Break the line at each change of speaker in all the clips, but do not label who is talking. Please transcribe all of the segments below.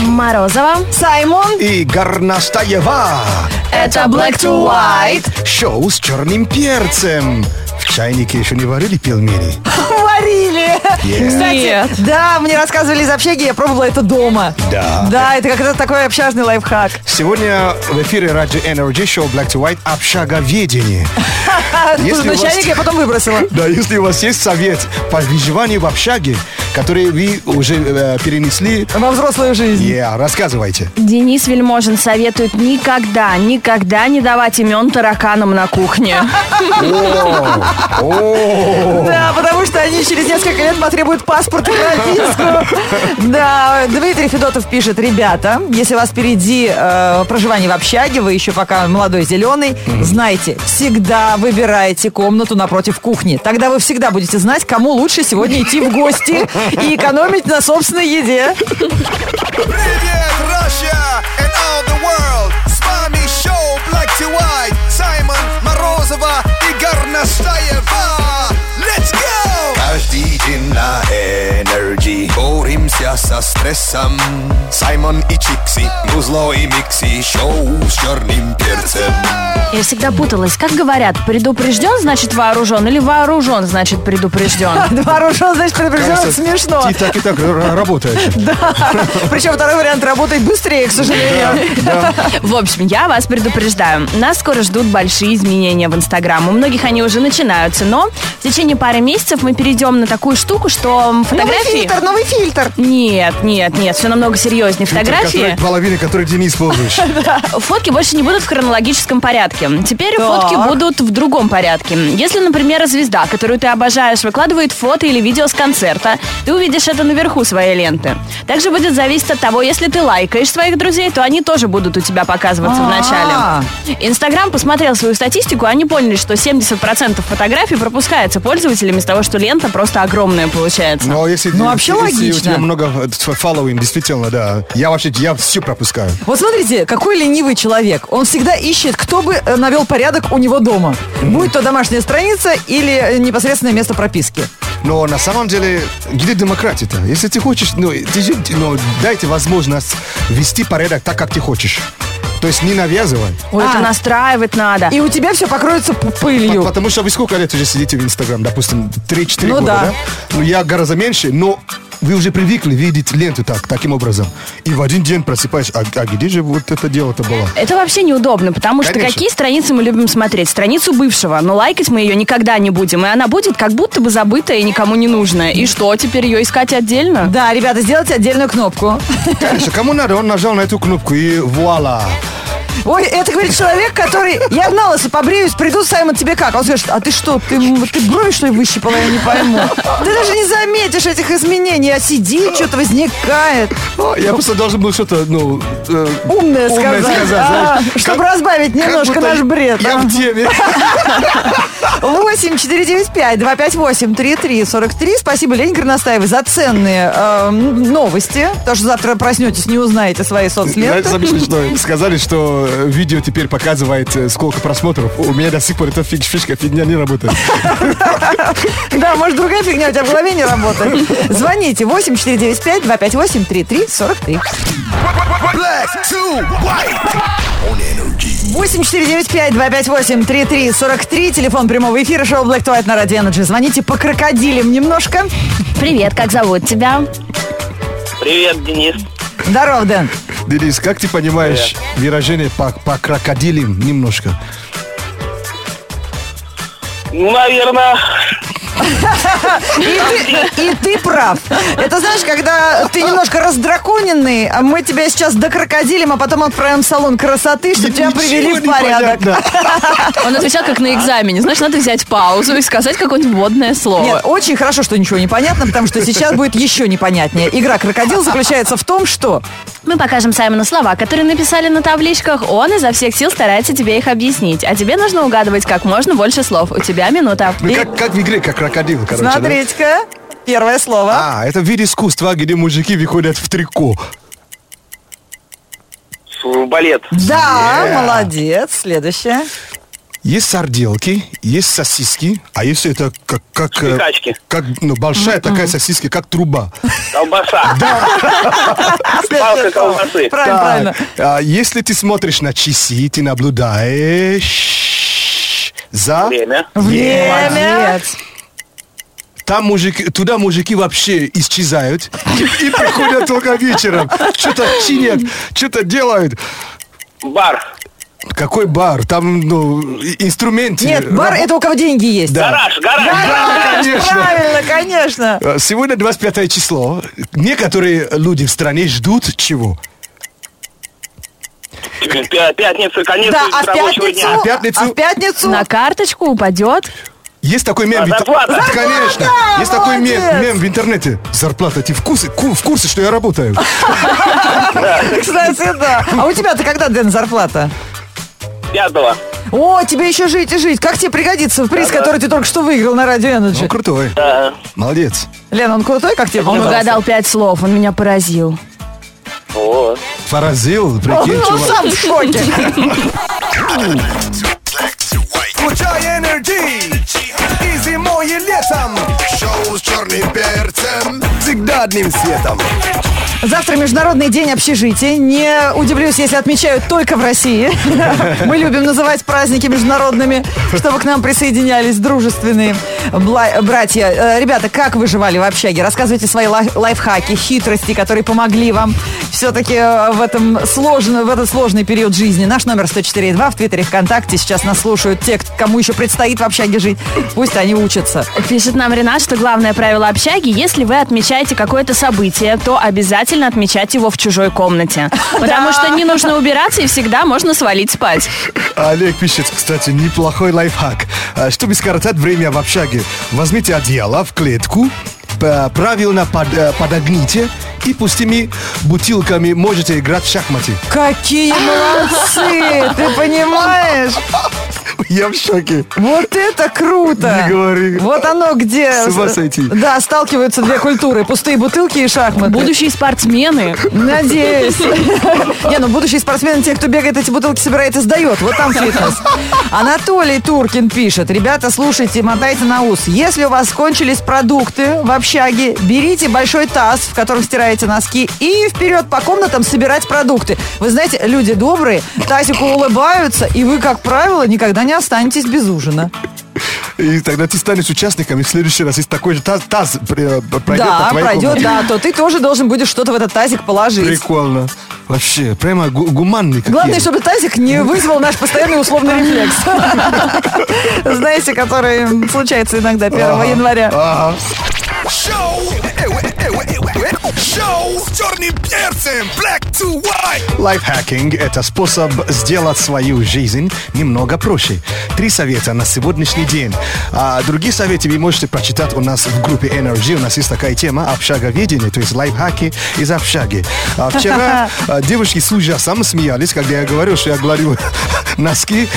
Морозова.
Саймон.
и Горностаева.
Это Black to White.
Шоу с черным перцем. В чайнике еще не варили пельмени?
Варили.
Нет.
Кстати,
Нет.
да, мне рассказывали из общаги, я пробовала это дома.
Да.
Да, это как-то такой общажный лайфхак.
Сегодня в эфире радио Energy шоу Black to White «Общаговедение». Если у вас-
Начальник я потом выбросила.
Да, если у вас есть совет по выживанию в общаге, который вы уже э, перенесли,
Во взрослую жизнь.
yeah, рассказывайте.
Денис Вельможин советует никогда, никогда не давать имен тараканам на кухне.
Да, потому что они через несколько лет потребуют паспорт и прописку. Да, Дмитрий Федотов пишет, ребята, если вас впереди э, проживание в общаге, вы еще пока молодой зеленый, знайте, всегда выбирайте комнату напротив кухни. Тогда вы всегда будете знать, кому лучше сегодня идти в гости и экономить на собственной еде.
Привет, Russia and all the world! С вами шоу Black to White, Саймон Морозова и Горностаева. Let's go! Каждый день на Energy боремся со стрессом. Саймон и Чикси, Музло и Микси, шоу с черным перцем.
Я всегда путалась. Как говорят, предупрежден, значит вооружен, или вооружен, значит предупрежден.
Вооружен, значит, предупрежден,
Кажется,
смешно.
Ты так и так ра- работаешь.
Причем второй вариант работает быстрее, к сожалению.
В общем, я вас предупреждаю. Нас скоро ждут большие изменения в Инстаграм. У многих они уже начинаются, но в течение пары месяцев мы перейдем на такую штуку, что
Новый
фотографии...
фильтр, новый фильтр.
Нет, нет, нет, все намного серьезнее. Фотографии,
Который- Половина, которой Денис используешь.
фотки больше не будут в хронологическом порядке. Теперь
Так.
фотки будут в другом порядке. Если, например, звезда, которую ты обожаешь, выкладывает фото или видео с концерта, ты увидишь это наверху своей ленты. Также будет зависеть от того, если ты лайкаешь своих друзей, то они тоже будут у тебя показываться в
А.
начале. Инстаграм посмотрел свою статистику, они поняли, что 70% фотографий пропускается пользователями из того, что лента просто огромная получается.
Но а если,
Ну, вообще
если у
логично.
тебя много фолловин, действительно, да. Я вообще, я все пропускаю.
Вот смотрите, какой ленивый человек. Он всегда ищет, кто бы э, навел порядок у него дома. Будь то домашняя страница или э, непосредственное место прописки.
Но на самом деле, где демократия-то? Если ты хочешь, ну, ты же- ну, дайте возможность вести порядок так, как ты хочешь. То есть не навязывай.
Ой, это
А.
настраивать надо.
И у тебя все покроется п-
П-
пылью.
Потому что вы сколько лет уже сидите в Инстаграм? Допустим, 3-4
Ну
года,
да.
да? Ну, я гораздо меньше, но вы уже привыкли видеть ленту так, таким образом. И в один день просыпаешь, а, а где же вот это дело-то было?
Это вообще неудобно, потому что
Конечно.
какие страницы мы любим смотреть? Страницу бывшего, но лайкать мы ее никогда не будем. И она будет как будто бы забытая и никому не нужная. И что, теперь ее искать отдельно?
Да, ребята, сделайте отдельную кнопку.
Конечно, кому надо, он нажал на эту кнопку и вуала.
Ой, это говорит человек, который... Я обналась и побреюсь, приду, Саймон, тебе как? Он скажет, а ты что, ты, м, ты брови, что ли, выщипала, я не пойму. Ты даже не заметишь этих изменений, а сидит, что-то возникает.
А, Я просто должен был что-то, ну... э,
Умное сказать.
знаешь.
А, чтобы
Как-
разбавить
как
немножко
будто
наш бред.
Я
а.
в теме.
8 495 258 33 43. Спасибо, Лень Горностаевой, за ценные эм, новости. Потому что завтра проснетесь, не узнаете свои
Знаете,
соцленты.
Самое смешное, сказали, что э, видео теперь показывает, э, сколько просмотров. У меня до сих пор эта фиг- фишка фигня не работает.
Да, может, другая фигня у тебя в голове не работает. Звоните 8 495 258 33 43.
Black to White on Energy.
8 495 258 33 43. Телефон прямого эфира шоу Black to White на Radio Energy. Звоните по крокодилям немножко.
Привет, как зовут тебя?
Привет, Денис.
Здоров, Дэн.
Денис, как ты понимаешь выражение по, по крокодилям немножко?
Ну, наверное,
И ты, и ты прав. Это знаешь, когда ты немножко раздраконенный, а мы тебя сейчас докрокодилим, а потом отправим в салон красоты, чтобы тебя
Ничего
привели в
не
порядок.
понятно.
Он отвечал как на экзамене. Значит, надо взять паузу и сказать какое-нибудь вводное слово.
Нет, очень хорошо, что ничего не понятно, потому что сейчас будет еще непонятнее. Игра «Крокодил» заключается в том, что...
Мы покажем Саймону слова, которые написали на табличках. Он изо всех сил старается тебе их объяснить. А тебе нужно угадывать как можно больше слов. У тебя минута.
Ну, как, как в игре, как крокодил, короче. да?
Смотрите-ка, первое слово.
А, это вид искусства, где мужики выходят в трико.
с- балет.
Да, молодец. Следующее.
Есть сарделки, есть сосиски, а если это как... как э,
Пикачки.
Как, ну, большая такая сосиска, как труба.
Колбаса. Палка колбасы.
Правильно, правильно.
а, если ты смотришь на часы, ты наблюдаешь за...
Время.
Время.
Там мужики, туда мужики вообще исчезают и приходят только вечером. Что-то чинят, что-то делают.
Бар.
Какой бар? Там, ну, и- инструменты. Ну,
Нет, бар это у кого деньги есть.
Да.
Гараж, гараж.
Да, конечно.
Правильно, конечно.
Э, Сегодня 25 число. Некоторые люди в стране ждут чего?
Пя- Пятница, конец
Да, а в
рабочего
пятницу,
дня.
А в пятницу?
а в пятницу
На карточку упадет.
Есть такой мем... в интер-
Зарплата.
Конечно. Есть такой мем,
молодец.
мем в интернете. Зарплата. Ты в курсе, ку- в курсе, что я работаю?
Кстати, да. А у тебя-то когда, Дэн, зарплата?
Пятого.
О, тебе еще жить и жить. Как тебе пригодится приз, который ты только что выиграл на радио
Ну,
Energy?
крутой.
Да.
Молодец.
Лен, он крутой, как тебе
Он
показалось?
угадал пять слов, он меня поразил.
Вот.
Поразил,
Он,
прикинь,
он
чувак.
Ну, сам в шоке.
Включай энергии и зимой, и летом. Шоу с черным перцем всегда одним светом.
Завтра Международный день общежития. Не удивлюсь, если отмечают только в России. Мы любим называть праздники международными, чтобы к нам присоединялись дружественные бла- братья. Э, Ребята, как выживали в общаге? Рассказывайте свои лай- лайфхаки, хитрости, которые помогли вам все-таки э, в, этом сложно, в этот сложный период жизни. Наш номер 104.2 в Твиттере ВКонтакте. Сейчас нас слушают те, кто- кому еще предстоит в общаге жить. Пусть они учатся.
Пишет нам Ренат, что главное правило общаги, если вы отмечаете какое-то событие, то обязательно отмечайте его в чужой комнате. Потому что не нужно убираться и всегда можно свалить спать.
Олег пишет, кстати, неплохой лайфхак. А, Чтобы скоротать время в общаге, возьмите одеяло в клетку, п- правильно под- э, подогните и пустыми бутылками можете играть в шахматы.
Какие молодцы! Ты понимаешь?
Я в шоке.
Вот это круто!
Не говори.
Вот оно где...
С ума сойти.
Да, сталкиваются две культуры. Пустые бутылки и шахматы.
Будущие спортсмены.
Надеюсь. Не, ну будущие спортсмены, те, кто бегает эти бутылки, собирает и сдает. Вот там фитнес. Анатолий Туркин пишет. Ребята, слушайте, мотайте на ус. Если у вас кончились продукты в общаге, берите большой таз, в котором стираете носки, и вперед по комнатам собирать продукты. Вы знаете, люди добрые, тазику улыбаются, и вы, как правило, никогда не останетесь без ужина.
И тогда ты станешь участником, и в следующий раз есть такой же таз, таз, э, пройдет по
Да,
твоей
пройдет,
комнате.
Ну да, то ты тоже должен будешь что-то в этот тазик положить.
Прикольно. Вообще, прямо гу- гуманный какие.
Главное, чтобы тазик не вызвал наш постоянный условный рефлекс. Знаете, который случается иногда 1 января.
Ага.
Шоу, э, э, э, э, э, э, шоу с черным перцем, black to white.
Лайфхакинг – это способ сделать свою жизнь немного проще. Три совета на сегодняшний день. А другие советы вы можете прочитать у нас в группе Energy. У нас есть такая тема общаговедение, то есть лайфхаки из общаги. А вчера а, девушки с ужасом смеялись, когда я говорил, что я говорю носки.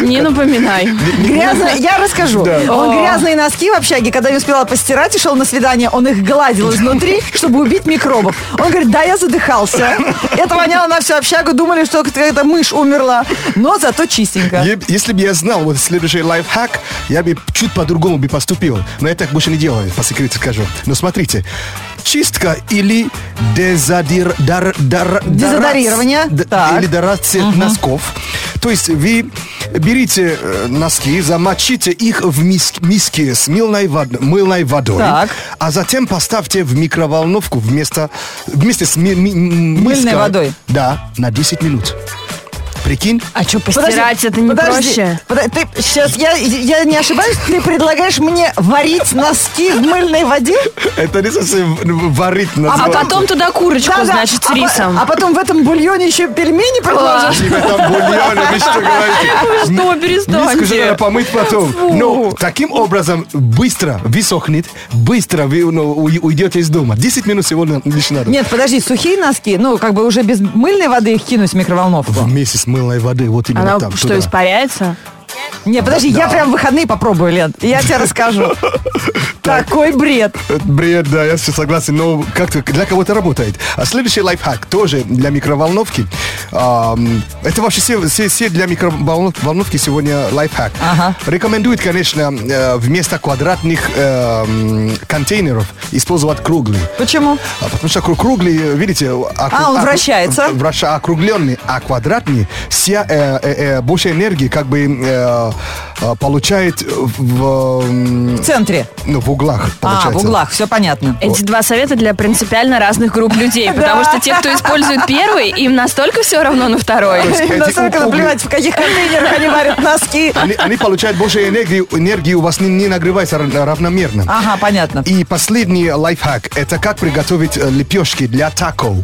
Не напоминай.
Грязно, я расскажу.
А. Да.
Он грязные носки в общаге, когда не успела постирать и шел на свидание, он их гладил изнутри, чтобы убить микробов. Он говорит, да, я задыхался. Это воняло на всю общагу, думали, что какая-то мышь умерла. Но зато чистенько.
Е- Если бы я знал вот следующий лайфхак, я бы чуть по-другому бы поступил. Но я так больше не делаю, по секрету скажу. Но смотрите, чистка или дезодир, дар, дар,
Дезодорирование.
дорац- д-
Так.
или дорация носков. То есть вы берите э, носки, замочите их в миск- миске с мыльной, вод- мыльной водой,
Так.
а затем поставьте в микроволновку вместо, вместе с ми- ми- м-
Мыльной
миской.
водой.
Да, на 10 минут. Прикинь?
А что,
Подожди,
постирать это не
подожди,
проще?
подо- ты, сейчас я, я не ошибаюсь, ты предлагаешь мне варить носки в мыльной воде?
Это не совсем в- варить
А
называется.
потом туда курочку,
Да-да.
значит, с
А по-
рисом.
А, потом в этом бульоне еще пельмени предложишь?
Типа там бульоны, вы что говорите?
что,
М-
перестаньте.
Миску же надо помыть потом. Но таким образом быстро высохнет, быстро вы ну, уй- уйдете из дома. 10 минут сегодня лишь надо.
Нет, подожди, сухие носки, ну, как бы уже без мыльной воды их кинуть в микроволновку.
Вместе с мыльной водой, вот именно
Она
там,
Ну, что,
туда.
испаряется?
Не, подожди, я прям в выходные попробую, Лен. Я тебе расскажу. Такой бред.
Это Бред, да, я все согласен, но как-то для кого-то работает. А следующий лайфхак тоже для микроволновки. Ам, это вообще все, все, все для микроволновки сегодня лайфхак.
Ага.
Рекомендует, конечно, э, вместо квадратных эм, контейнеров использовать круглые.
Почему?
А Потому что кру- круглый, видите... окру-
А, он
окру-
вращается.
враща- округленный, а квадратный, вся, э, э, э, больше энергии как бы э, э, получает в, м,
В центре.
ну, в углах.
А, в
получается.
углах, все понятно.
Эти два совета для принципиально разных групп людей, потому что те, кто использует первый, им настолько все равно на второй.
Эти
Настолько
углы-
наплевать, в каких контейнерах они варят носки.
Они, они получают больше энергии, энергии у вас не, не нагревается ра- равномерно.
Ага, понятно.
И последний лайфхак – это как приготовить э, лепешки для тако.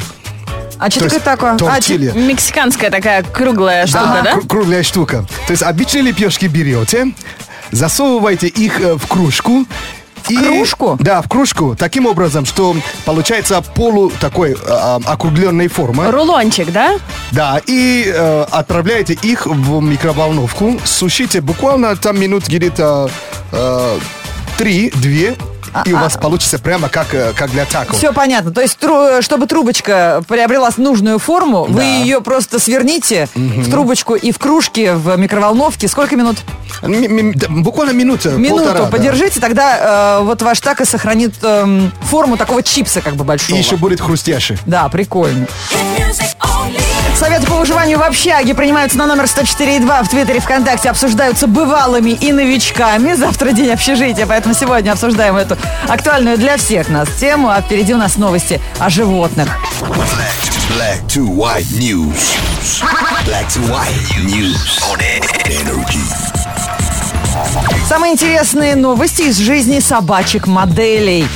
А что такое
То есть
такое? А, чё-
тортилья.
Мексиканская такая круглая штука, да?
кру- Круглая штука. То есть обычные лепешки берете, засовываете их э, в кружку. и-
кружку?
Да, в кружку. Таким образом, что получается полу такой э, э, округленной формы.
Рулончик, да?
Да, и э, отправляете их в микроволновку, сушите буквально там минут где-то э, 3-2,
А,
и у вас получится прямо как, э, как для тако.
Все понятно. То есть, тру- э, чтобы трубочка приобрела нужную форму, вы ее просто сверните в трубочку и в кружке в микроволновке. Сколько минут?
Ми- ми- да, буквально минута,
Минуту
полтора, да.
подержите, тогда э, вот ваш так и сохранит эм, форму такого чипса как бы
И
большого.
еще будет хрустяще.
Да, прикольно. Советы по выживанию в общаге принимаются на номер 104.2 в Твиттере ВКонтакте. Обсуждаются бывалыми и новичками. Завтра день общежития, поэтому сегодня обсуждаем эту актуальную для всех нас тему. А впереди у нас новости о животных.
Black to white news. Black to white news on energy.
Самые интересные новости из жизни собачек-моделей.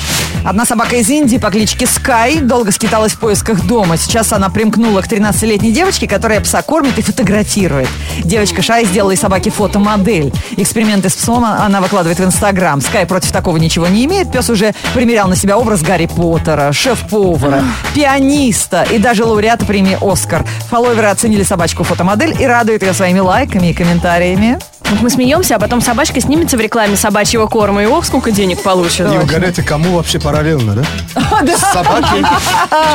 Одна собака из Индии по кличке Скай долго скиталась в поисках дома. Сейчас она примкнула к 13-летней девочке, которая пса кормит и фотографирует. Девочка Шай сделала из собаки фотомодель. Эксперименты с псом она выкладывает в Инстаграм. Скай против такого ничего не имеет. Пес уже примерял на себя образ Гарри Поттера, шеф-повара, пианиста и даже лауреата премии «Оскар». Фолловеры оценили собачку-фотомодель и радуют ее своими лайками и комментариями.
Вот мы смеемся, а потом собачка снимется в рекламе собачьего корма, и ох, сколько денег получит.
И угадайте, кому вообще параллельно, да? Собаки?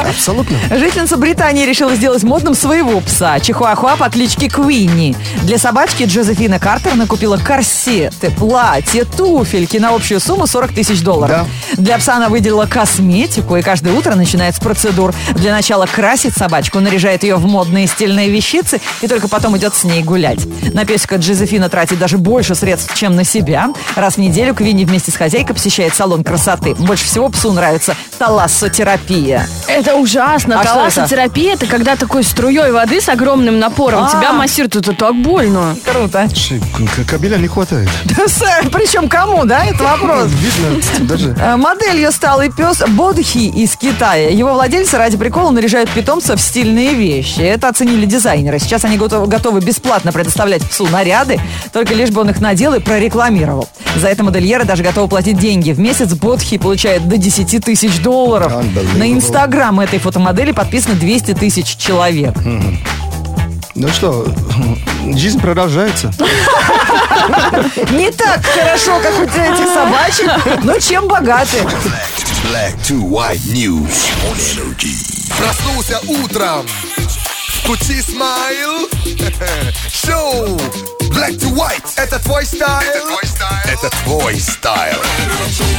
Абсолютно.
Жительница Британии решила сделать модным своего пса, чихуахуа по кличке Квинни. Для собачки Джозефина Картер накупила корсеты, платья, туфельки на общую сумму 40 тысяч долларов. Для пса она выделила косметику и каждое утро начинает с процедур. Для начала красит собачку, наряжает ее в модные стильные вещицы и только потом идет с ней гулять. На песика Джозефина тратит даже больше средств, чем на себя. Раз в неделю Квинни вместе с хозяйкой посещает салон красоты. Больше всего псу нравится талассотерапия.
Это ужасно.
А что
Талассотерапия – это когда такой струей воды с огромным напором
А.
тебя массируют. Это так больно.
Круто.
Ши, к- Кабеля не хватает. А,
Да, сэр, причем кому, да, это вопрос.
Видно даже.
Э, Моделью стал и пес Бодхи из Китая. Его владельцы ради прикола наряжают питомца в стильные вещи. Это оценили дизайнеры. Сейчас они готов- готовы бесплатно предоставлять псу наряды, только лишь бы он их надел и прорекламировал. За это модельеры даже готовы платить деньги. В месяц Бодхи получает до 10 тысяч долларов.
Unbelievable.
На инстаграм этой фотомодели подписано 200 тысяч человек.
Ну что, жизнь продолжается.
Не так хорошо, как у тебя этих собачек, но чем богаты.
Black to white news on energy.
Проснулся утром. Включи смайл. Шоу. Black to white. Это твой стайл. Это твой стайл.
Это твой стайл.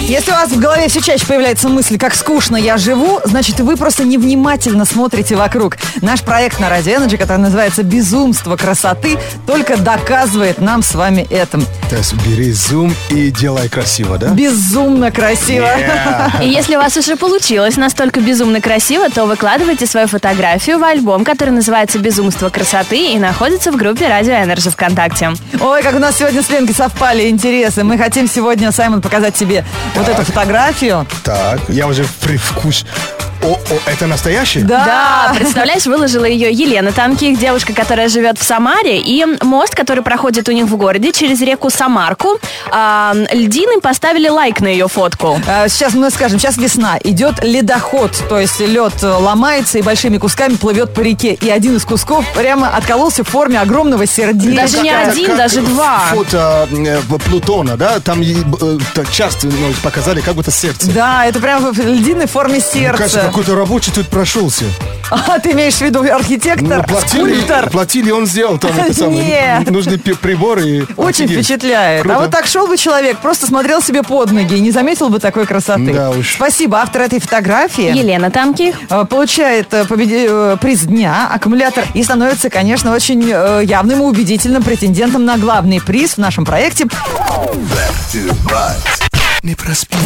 Если у вас в голове все чаще появляется мысль, как скучно я живу, значит, вы просто невнимательно смотрите вокруг. Наш проект на Radio Energy, который называется «Безумство красоты», только доказывает нам с вами это.
То есть бери зум и делай красиво, да?
Безумно красиво.
Yeah.
И если у вас уже получилось настолько безумно красиво, то выкладывайте свою фотографию в альбом, который называется «Безумство красоты» и находится в группе «Радио Энерджи ВКонтакте».
Ой, как у нас сегодня с Ленкой совпали интересы. Мы хотим сегодня, Саймон, показать тебе вот эту фотографию.
Так, я уже привкус... О, о, это настоящий?
Да, представляешь, выложила ее Елена Танких, девушка, которая живет в Самаре, и мост, который проходит у них в городе через реку Самарку. а, льдины поставили лайк на ее фотку.
А, Сейчас мы скажем, сейчас весна, идет ледоход, то есть лед э, ломается и большими кусками плывет по реке. И один из кусков прямо откололся в форме огромного сердечка.
Даже не
Как-
один,
как
даже два.
Фото э, Плутона, да? Там э, э, так часто ну, показали как будто сердце.
Да, это прямо в льдиной форме
Мне кажется,
сердца.
какой-то рабочий тут прошелся.
А ты имеешь в виду
Ну,
архитектор,
платили,
скульптор?
платили, он сделал там это самое.
Нет.
Нужны пи- приборы. и-
Очень
Офигеть.
впечатляет.
Круто.
А вот так шел бы человек, просто смотрел себе под ноги и не заметил бы такой красоты.
Да уж.
Спасибо, автор этой фотографии.
Елена Танких.
э, получает э, победи- э, приз дня, аккумулятор, и становится, конечно, очень э, явным и убедительным претендентом на главный приз в нашем проекте.
Back to butt.
Не проспи.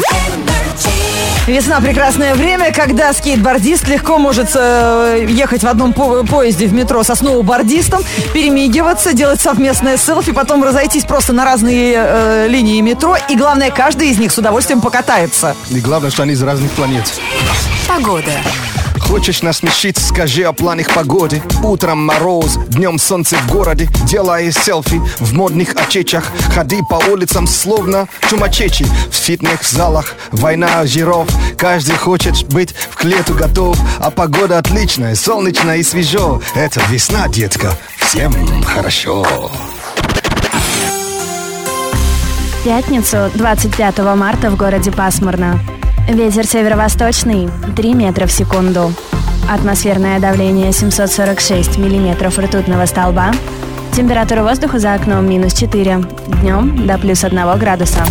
Весна – прекрасное время, когда скейтбордист легко может э, ехать в одном по- поезде в метро со сноубордистом, перемигиваться, делать совместное селфи, потом разойтись просто на разные э, линии метро, и, главное, каждый из них с удовольствием покатается.
И главное, что они из разных планет.
Погода.
Хочешь насмешить, скажи о планах погоды. Утром мороз, днем солнце в городе. Делай селфи в модных очечах. Ходи по улицам, словно чумачечи. В фитнес-залах война жиров. Каждый хочет быть к лету готов. А погода отличная, солнечная и свежо. Это весна, детка. Всем хорошо.
В пятницу, 25 марта, в городе пасмурно. Ветер северо-восточный 3 метра в секунду. Атмосферное давление 746 миллиметров ртутного столба. Температура воздуха за окном минус 4. Днем до плюс 1 градуса.